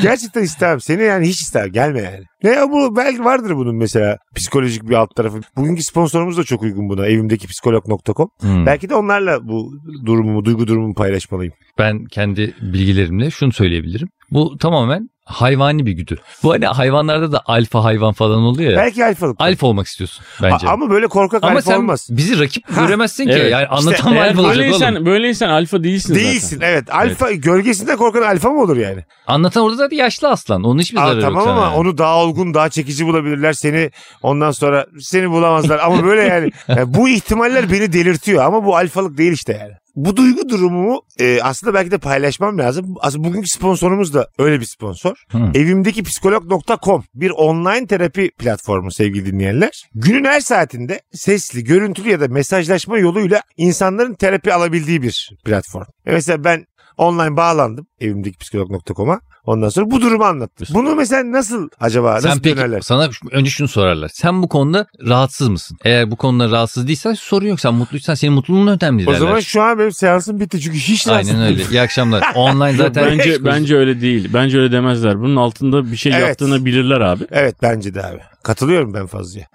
Gerçekten istemem. Seni yani hiç istemem. Gelme yani. Ne ya bu belki vardır bunun mesela psikolojik bir alt tarafı. Bugünkü sponsorumuz da çok uygun buna. Evimdeki psikolog.com.
Hmm.
Belki de onlarla bu durumumu, duygu durumumu paylaşmalıyım.
Ben kendi bilgilerimle şunu söyleyebilirim. Bu tamamen hayvani bir güdü. Bu hani hayvanlarda da alfa hayvan falan oluyor ya.
Belki alfalık.
Alfa olmak istiyorsun bence.
A- ama böyle korkak
Ama
alfa
sen
olmaz.
bizi rakip
Ha,
göremezsin ki.
evet.
Yani anlatan
Eğer
alfa olacak oğlum.
böyleysen, böyleysen alfa değilsin, zaten.
Değilsin evet. Alfa gölgesinde korkan alfa mı olur yani?
Anlatan orada zaten yaşlı aslan. Onun hiçbir
Aa,
zararı yok
tamam
sana
ama
yani.
onu daha olgun, daha çekici bulabilirler seni. Ondan sonra seni bulamazlar ama böyle
[laughs]
yani, yani bu ihtimaller beni delirtiyor ama bu alfalık değil işte yani. Bu duygu durumumu e, aslında belki de paylaşmam lazım. Aslında bugünkü sponsorumuz da öyle bir sponsor.
Hı.
Evimdeki psikolog.com bir online terapi platformu sevgili dinleyenler. Günün her saatinde sesli, görüntülü ya da mesajlaşma yoluyla insanların terapi alabildiği bir platform. E mesela ben online bağlandım evimdeki psikolog.com'a. Ondan sonra bu durumu anlattım. Bunu mesela nasıl acaba
Sen
nasıl
peki [laughs]
dönerler?
sana şu- önce şunu sorarlar. Sen bu konuda rahatsız mısın? Eğer bu konuda rahatsız değilsen sorun yok. Sen mutluysan senin mutluluğun önemli
O
derler.
zaman şu an benim seansım bitti çünkü hiç rahatsız
Aynen öyle.
değilim.
İyi akşamlar.
[laughs]
Online zaten
Bence bence öyle değil. Bence öyle demezler. Bunun altında bir şey
Evet.
yaptığını
[laughs]
bilirler abi.
Evet bence de abi. Katılıyorum ben fazlaya.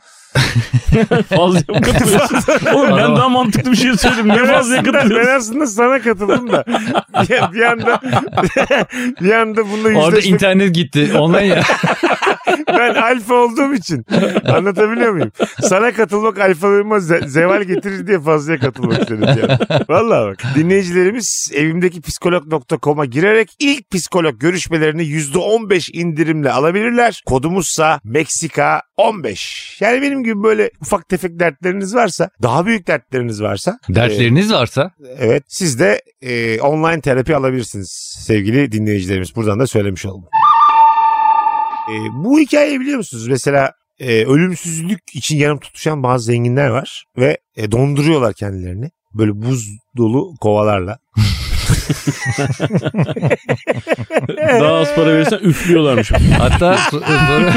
Fazla katılıyorsun. Oğlum ben
Adam-
daha mantıklı bir şey söyledim. [laughs] Ne
Ben
fazla
aslında- Ben
katılıyorsun?
aslında sana katıldım
[laughs]
da. bir, bir anda [laughs] bir anda bununla
Orada
yüzleşmek
internet gitti.
[laughs]
Online ya.
Ben alfa olduğum için. Anlatabiliyor muyum? Sana katılmak alfalığıma ze- zeval getirir diye fazlaya katılmak istedim. Yani. Valla bak. Dinleyicilerimiz evimdeki psikolog.com'a girerek ilk psikolog görüşmelerini %15 indirimle alabilirler. Kodumuzsa Meksika 15. Yani benim gibi böyle ufak tefek dertleriniz varsa, daha büyük dertleriniz varsa
Dertleriniz varsa
evet siz de e, online terapi alabilirsiniz sevgili dinleyicilerimiz. Buradan da söylemiş oldum. E, bu hikayeyi biliyor musunuz? Mesela e, ölümsüzlük için yanım tutuşan bazı zenginler var ve e, donduruyorlar kendilerini. Böyle buz dolu kovalarla.
Daha az para verirsen üflüyorlarmış.
Hatta so- sonra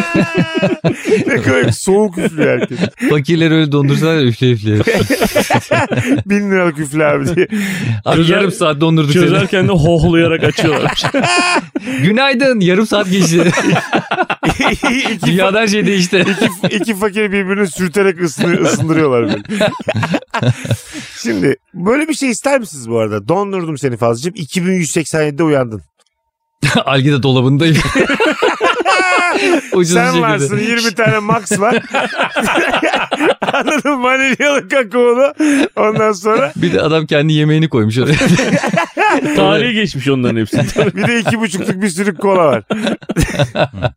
ne kadar soğuk üflüyor herkes.
fakirleri öyle dondursalar ya, üfle üfle.
Bin liralık üfle abi diye.
Abi
Çözer-
yarım saat dondurduk seni.
Çözerken de hohlayarak açıyorlarmış.
Günaydın yarım
[laughs]
saat geçti.
iki,
Dünyadan
[laughs]
şey değişti.
iki, iki fakiri birbirini sürterek ısını, ısındırıyorlar
[laughs]
böyle. Şimdi böyle bir şey ister misiniz bu arada? Dondurdum seni Fazlıcığım. 2187'de uyandın.
Algida dolabındayım. [laughs]
[laughs]
Ucuz bir
Sen
şekilde.
varsın 20 tane Max
[laughs]
var. Anladın mı? Vanilyalı kakaolu. Ondan sonra
Bir de adam kendi yemeğini koymuş [laughs] oraya.
Tarihi geçmiş onların hepsi.
bir de iki buçukluk bir sürü kola
[laughs]
var.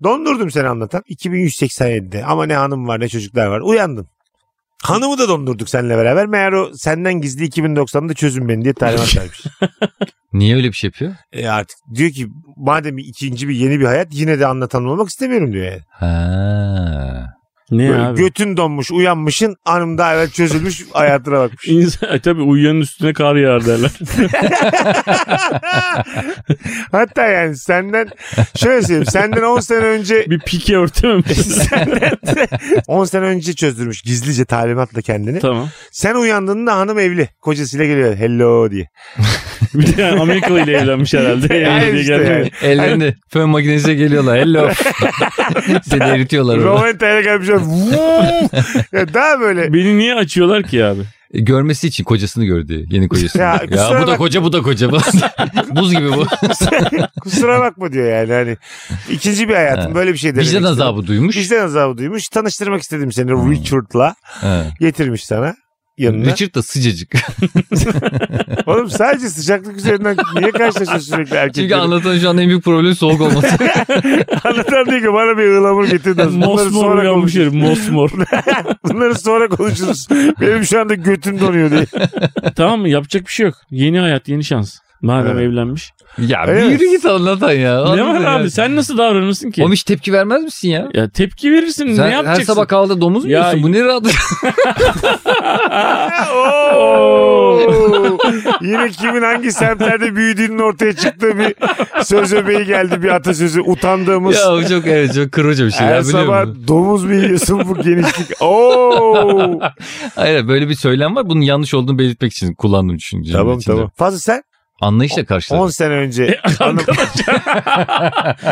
Dondurdum seni anlatan. 2187'de ama ne hanım var ne çocuklar var. Uyandın. Hanımı da dondurduk seninle beraber. Meğer o senden gizli 2090'da çözün beni diye talimat vermiş.
Niye öyle bir şey yapıyor?
E artık diyor ki madem ikinci bir yeni bir hayat yine de anlatan olmak istemiyorum diyor yani.
Ha.
Ne
Böyle
abi?
götün donmuş uyanmışın hanım daha evvel
[laughs]
çözülmüş hayatına bakmış.
İnsan, Ay, tabii uyuyanın üstüne kar yağar derler.
[laughs]
[laughs]
Hatta yani senden şöyle söyleyeyim senden 10 sene önce [laughs]
Bir pike örtememişsin.
senden 10 sene önce çözdürmüş gizlice talimatla kendini.
tamam.
Sen uyandığında hanım evli. Kocasıyla geliyor hello diye.
[laughs] Bir de yani Amerikalı ile evlenmiş herhalde. Yani
Yani
diye
işte
gelmiyor.
yani. [laughs]
Ellerinde fön makinesiyle geliyorlar. Hello. Seni eritiyorlar orada.
Romantaya gelmiş. Vuuu! Ya daha böyle [laughs]
Beni niye açıyorlar ki abi?
E, Görmesi için kocasını gördü. Yeni
[laughs]
kocasını.
Ya,
Ya,
kusura
bu da
bak-
koca bu da koca.
[laughs]
Buz gibi bu.
kusura bakma diyor yani. Hani ikinci bir hayatım
Ha.
böyle bir şey denemek
Vicdan
istedim.
azabı duymuş.
Vicdan azabı duymuş. Tanıştırmak istedim seni
Hmm.
Richard'la.
Ha.
Getirmiş sana yanına.
Richard da sıcacık.
Oğlum sadece sıcaklık üzerinden niye karşılaşıyorsun sürekli
Çünkü
erkeklerle?
anlatan şu an en büyük problemi
[laughs]
soğuk olması.
Anlatan diyor ki bana bir ıhlamur getirdiniz. Bunları
Mosmor
[laughs] sonra
uyanmış
konuşuruz.
herif.
[laughs]
Mosmor.
Bunları sonra konuşuruz. Benim şu anda götüm donuyor
[laughs]
diye.
tamam mı? Yapacak bir şey yok. Yeni hayat, yeni şans. Madem
Evet.
evlenmiş.
ya
Öyle
bir
mi?
yürü git anlatan ya.
ne var
Anladın ya.
abi? Sen nasıl davranırsın ki?
Oğlum hiç tepki vermez misin ya?
Ya tepki verirsin.
Sen
ne
her
yapacaksın?
sabah kahvaltıda domuz mu
Ya-
yiyorsun? Bu ne rahat?
Oo! Yine kimin hangi semtlerde büyüdüğünün ortaya çıktığı bir söz öbeği geldi. Bir atasözü utandığımız.
ya bu çok evet çok kırıcı bir şey.
Her
ya, biliyor
sabah
musun?
domuz mu yiyorsun bu genişlik? Oo!
Hayır böyle bir söylem var. Bunun yanlış olduğunu belirtmek için kullandım düşünce.
tamam tamam. Fazla sen
Anlayışla karşıladım.
10 sene önce.
E,
hanım-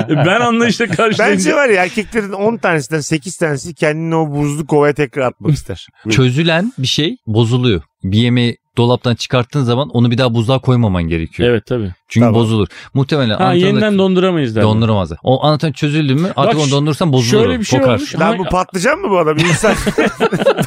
[laughs] ben anlayışla karşılayacağım.
Bence var ya erkeklerin 10 tanesinden 8 tanesi kendini o buzlu kovaya tekrar atmak
[laughs]
ister.
Çözülen bir şey bozuluyor. Bir yemeği dolaptan çıkarttığın zaman onu bir daha buzluğa koymaman gerekiyor.
Evet tabii.
Çünkü
Tamam.
bozulur. Muhtemelen
Ha
anahtarı da
yeniden donduramayız derler.
donduramazlar. O anahtar çözüldü mü artık
Bak,
onu dondurursan bozulur.
şöyle
o,
bir şey
kokar.
olmuş.
Lan bu patlıcan mı bu adam
[laughs]
insan?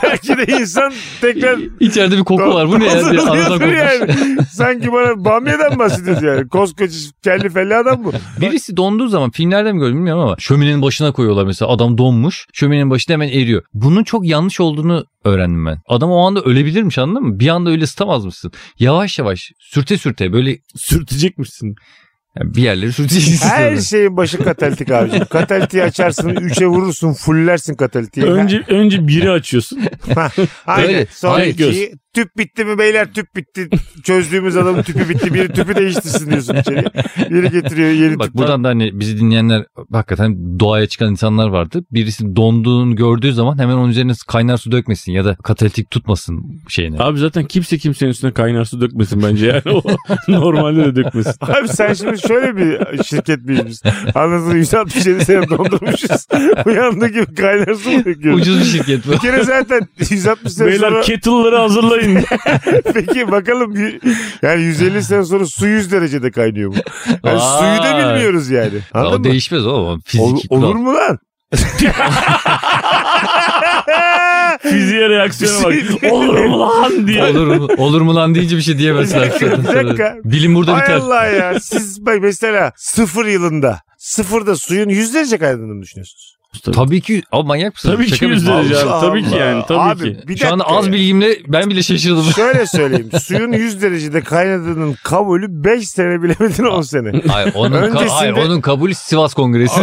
Belki de insan tekrar
İçeride bir koku var. Bu ne ya? diye
Hazırlıyordur
anahtar kokar.
yani. Sanki bana bamyadan bahsediyoruz yani. Koskoca kelli felli adam bu.
Birisi donduğu zaman filmlerde mi gördüm bilmiyorum ama şöminenin başına koyuyorlar mesela. Adam donmuş. Şöminenin başında hemen eriyor. Bunun çok yanlış olduğunu öğrendim ben. Adam o anda ölebilirmiş anladın mı? Bir anda öyle ısıtamaz mısın? Yavaş yavaş sürte sürte böyle
Sürtecek misin?
yani bir yerleri sürteceksin.
Her şeyin başı katalitik abicim. Katalitiği açarsın, üçe vurursun, fullersin katalitiği.
Önce önce biri açıyorsun.
Aynen.
Öyle.
Sonra
Hayır, göz.
ikiyi, tüp bitti mi beyler tüp bitti. Çözdüğümüz adamın tüpü bitti. Biri tüpü değiştirsin diyorsun içeriye. Biri getiriyor yeni
Bak
tüp.
buradan da hani bizi dinleyenler hakikaten doğaya çıkan insanlar vardı. Birisi donduğunu gördüğü zaman hemen onun üzerine kaynar su dökmesin ya da katalitik tutmasın şeyine.
Abi zaten kimse kimsenin üstüne kaynar su dökmesin bence yani. O [laughs] normalde de dökmesin.
Abi sen şimdi şöyle bir şirket miyiz biz? Anladın mı? 167 sene dondurmuşuz. Uyandığı gibi kaynar su mu döküyoruz?
Ucuz bir şirket bu.
Bir kere zaten 160 sene sonra...
Beyler kettle'ları hazırlayın.
Peki bakalım y- yani 150 sene sonra su 100 derecede kaynıyor mu? Yani
Aa.
suyu da bilmiyoruz yani.
Ya
Anladın
o
mı?
değişmez o fizik
Ol-
kural.
olur mu
[laughs]
lan? [laughs] [laughs]
Fiziğe reaksiyona bak. Olur mu lan diye.
olur mu, olur mu lan deyince bir şey diyemezler.
Bir dakika, bir dakika.
Bilim burada
Hay
biter.
Allah [laughs] ya. Siz bak mesela sıfır yılında sıfırda suyun 100 derece kaynadığını mı düşünüyorsunuz?
Mustafa.
Tabii ki. Abi manyak mısın?
Tabii ki
Şaka mı?
100 derece abi.
Allah
Tabii ki yani.
Allah.
Tabii
Abi,
ki.
Bir
Şu anda
dakika
az
ya.
bilgimle ben bile şaşırdım.
[laughs] Şöyle söyleyeyim.
[laughs]
Suyun 100 derecede kaynadığının kabulü 5 sene bilemedin 10
[laughs]
sene.
Hayır onun, ka-
Öncesinde-
hayır, onun kabulü Sivas Kongresi.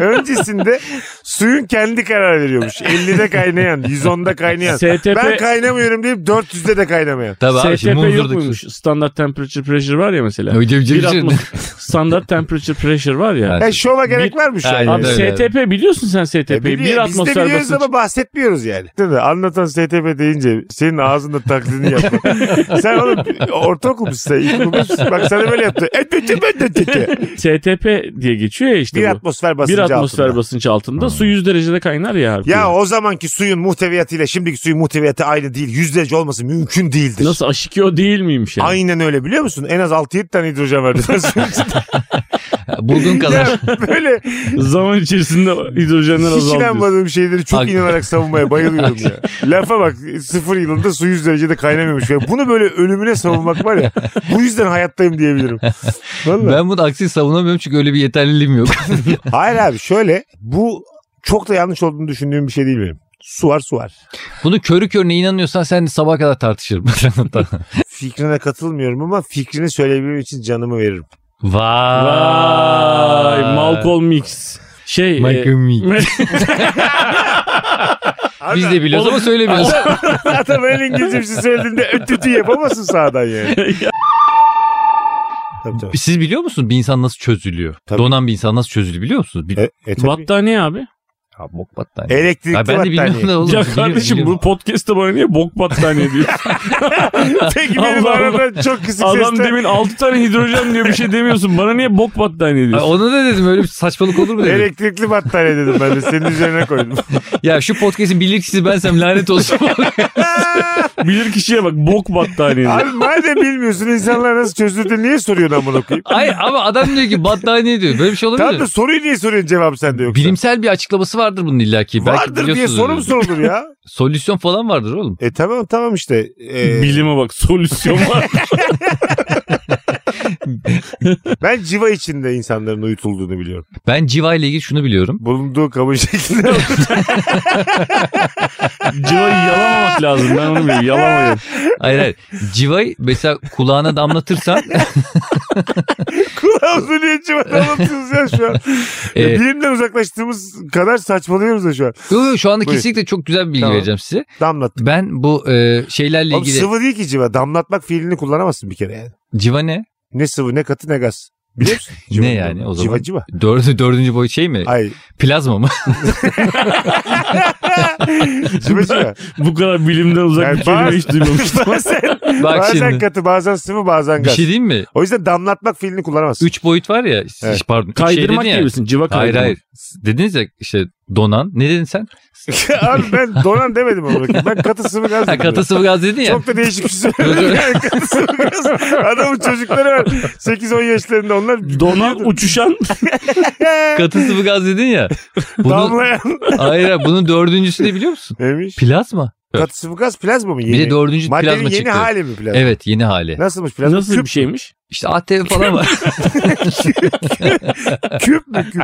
Öncesinde suyun kendi karar veriyormuş. 50'de kaynayan, 110'da kaynayan.
STP,
Ben kaynamıyorum deyip 400'de de kaynamayan.
Tabii abi şimdi
STP yok
muzdurduk.
muymuş? Standart temperature pressure var ya mesela.
Öyle bir
Bir
şey-
atmosfer- [laughs] standard temperature pressure var ya.
Evet.
Ya E, şova gerek var mı şu an?
Aynen
Abi
öyle.
STP biliyorsun sen STP'yi.
E,
bir
biliyor- biz de
atmosfer
biliyoruz
basınç.
ama bahsetmiyoruz yani. Değil mi? Anlatan STP deyince senin ağzında taklidini [laughs] yapma. sen oğlum ortaokul musun sen? İlkokul musun? Bak sana böyle E, yaptı. Et et et et et, [laughs] et.
STP diye geçiyor ya işte
Bir
bu.
atmosfer basıncı
bir atmosfer
altında.
basınç
Hmm.
altında su 100 derecede kaynar ya abi.
Ya o zamanki suyun muhteviyatıyla şimdiki suyun muhteviyatı aynı değil. Yüz derece olması mümkün değildir.
Nasıl aşikio değil miymiş yani?
Aynen öyle biliyor musun? En az 6-7 tane hidrojen [laughs] verdi.
Bulduğun kadar.
ya böyle
Zaman içerisinde hidrojenler
hiç
azaldı.
inanmadığım şeyleri çok
Hak-
inanarak savunmaya bayılıyorum
[laughs]
ya. Lafa bak sıfır yılında su 100 derecede kaynamıyormuş. Ya bunu böyle ölümüne savunmak var ya. Bu yüzden hayattayım
[laughs]
diyebilirim. Vallahi.
Ben bunu aksi savunamıyorum çünkü öyle bir yeterliliğim yok.
Hayır abi şöyle bu çok da yanlış olduğunu düşündüğüm bir şey değil benim. Su var su var.
Bunu körü körüne inanıyorsan sen sabaha kadar tartışırım. [laughs]
Fikrine katılmıyorum ama fikrini söyleyebilmem için canımı veririm.
Vay.
Vay Malcolm X. Şey e,
Malcolm X. Biz de biliyoruz ama söylemiyoruz.
Adam [laughs] öyle İngilizce bir şey söylediğinde ötütü yapamazsın sağdan yani.
[laughs]
tabii tabii.
Siz biliyor musunuz bir insan nasıl çözülüyor?
Tabii.
Donan bir insan nasıl çözülüyor biliyor musunuz? Bir...
E, e, tabii.
battaniye abi.
Ya bok battaniye.
Elektrikli
Ya ben de bilmiyorum
battaniye.
da oğlum.
ya
biliyorum,
kardeşim
biliyorum.
bu podcast'ta bana niye bok battaniye
[laughs]
diyor?
Peki benim
Allah
arada çok kısık
Adam
sesle
demin 6 tane hidrojen diyor bir şey demiyorsun. Bana niye bok battaniye
Ay,
diyorsun?
Ona da dedim öyle bir saçmalık olur mu dedim.
elektrikli battaniye dedim ben de senin üzerine
[laughs]
koydum.
ya şu podcast'in bilirkişisi bensem lanet [laughs] olsun.
Bilir kişiye bak bok battaniye diyor.
Abi madem bilmiyorsun insanlar nasıl çözüldü niye soruyorsun amına koyayım?
Ay ama adam diyor ki battaniye diyor. Böyle bir şey olabilir
Tamam
mi?
da soruyu niye soruyorsun cevap sende yoksa?
Bilimsel bir açıklaması vardır bunun illaki. Belki
Vardır diye
biliyorsunuz
soru mu
öyle.
sorulur ya?
[laughs] Solüsyon falan vardır oğlum.
E tamam tamam işte. E,
Bilime bak solüsyon var.
ben civa içinde insanların uyutulduğunu biliyorum.
Ben civa ile ilgili şunu biliyorum.
Bulunduğu kabın şeklinde.
[laughs]
Civayı yalamamak lazım. Ben onu biliyorum. Yalamıyorum.
Hayır hayır. Civayı mesela kulağına [laughs] damlatırsan
Kulağımızı niye civadan atıyoruz ya şu an?
[laughs] e,
E, bilimden uzaklaştığımız kadar saçmalıyoruz da şu an.
yo, yo, şu anda
Buyur.
kesinlikle çok güzel bir bilgi
Tamam.
vereceğim size.
Damlat.
Ben bu e, şeylerle
Oğlum
ilgili
sıvı değil ki civa. Damlatmak fiilini kullanamazsın bir kere yani.
civa ne?
Ne sıvı ne katı ne gaz. Biliyor musun? Civa
[laughs] Ne yani o zaman?
Civa civa.
Dördüncü, dördüncü boyut şey mi?
Ay. [laughs]
Plazma mı?
civa civa.
Bu kadar bilimden uzak
Yani
bir kelime
bazı-
hiç duymamıştım.
[laughs] bazen,
Bak
bazen
şimdi.
katı bazen sıvı bazen
Bir
gaz.
şey diyeyim mi?
O yüzden damlatmak fiilini kullanamazsın.
Üç boyut var ya. işte
Evet.
Pardon. üç şey
Kaydırmak
dedin ya.
diye misin? Civa
Hayır
kaydırmak.
hayır. Dediniz ya işte donan. Ne dedin sen?
[laughs] Abi ben donan demedim onu. Ben katı sıvı gaz
Ha,
dedim.
katı sıvı gaz dedin ya.
Çok da değişik bir
[laughs]
şey söyledim. Yani [laughs] katı sıvı gaz. Adamın çocukları var. 8-10 yaşlarında onlar [laughs]
Donan uçuşan
Katı sıvı gaz
[laughs]
dedin ya. Bunun,
damlayan
hayır hayır. Bunun dördüncüsü ne biliyor musun?
neymiş.
Plazma.
Katı sıvı gaz plazma mı? Yeni.
Bir de dördüncü
Maddenin
plazma
yeni
çıktı.
hali mi plazma?
Evet yeni hali.
Nasılmış plazma?
nasıl
küp,
bir şeymiş?
İşte ATV
[laughs]
falan var.
küp mü küp?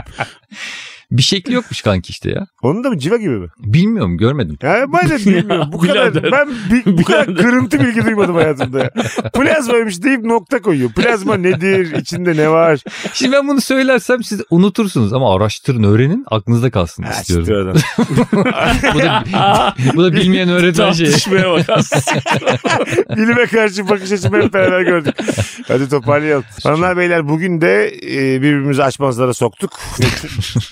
bir şekli yokmuş kanki işte ya.
Onun da mı civa gibi mi?
Bilmiyorum görmedim.
Yani [laughs] ben de bilmiyorum. Bu kadar,
Birader.
ben [laughs] bi- bu kadar
Birader.
kırıntı bilgi duymadım hayatımda. [laughs] ya. Plazmaymış deyip nokta koyuyor. Plazma nedir? İçinde ne var?
Şimdi ben bunu söylersem siz unutursunuz ama araştırın öğrenin aklınızda kalsın istiyorum. [laughs] Bu da,
[laughs]
bu
[laughs]
da şey. bilmeyen öğretmen şeyi.
Ah, Tartışmaya bak.
[laughs] Bilime karşı bakış açımı hep beraber gördük. Hadi toparlayalım. Hanımlar beyler bugün de e, birbirimizi açmazlara soktuk.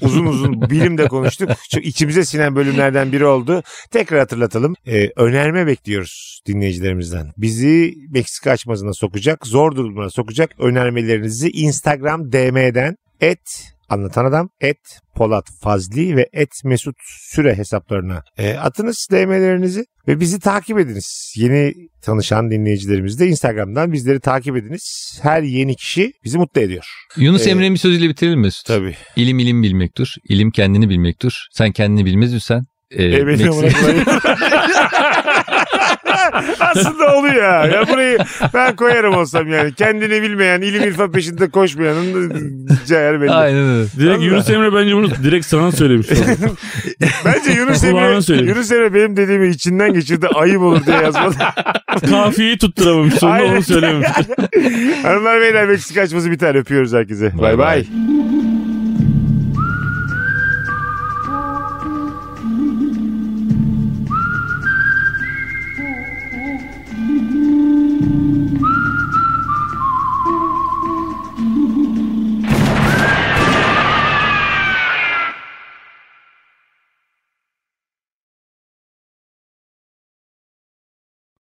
uzun uzun bilim de konuştuk. Çok içimize sinen bölümlerden biri oldu. Tekrar hatırlatalım. E, önerme bekliyoruz dinleyicilerimizden. Bizi Meksika açmazına sokacak, zor durumuna sokacak önermelerinizi Instagram DM'den et anlatan adam et Polat Fazli ve et Mesut Süre hesaplarına e, atınız DM'lerinizi ve bizi takip ediniz. Yeni tanışan dinleyicilerimiz de Instagram'dan bizleri takip ediniz. Her yeni kişi bizi mutlu ediyor.
Yunus
Ee,
Emre'nin bir sözüyle bitirelim Mesut.
Tabii.
İlim ilim bilmektir. İlim kendini bilmektir.
E,
e, Sen kendini bilmez misin? Ee,
Evet.
Meksika-
amına koyayım. [laughs] Aslında oluyor. ha. Ya burayı ben koyarım olsam yani. Kendini bilmeyen, ilim ilfa peşinde koşmayanın cayar belli.
[laughs] Aynen öyle.
Direkt
Allah.
Yunus Emre bence bunu direkt
[laughs]
sana söylemiş. oldu.
Bence Yunus
Kulağına
Emre,
söyleyeyim.
Yunus Emre benim dediğimi içinden geçirdi. Ayıp olur diye yazmadı.
Kafiyeyi tutturamamış sonunda
Aynen.
onu söylememiş.
Hanımlar beyler Meksika açması biter. Öpüyoruz herkese. Bay
Bay
bay.
bay.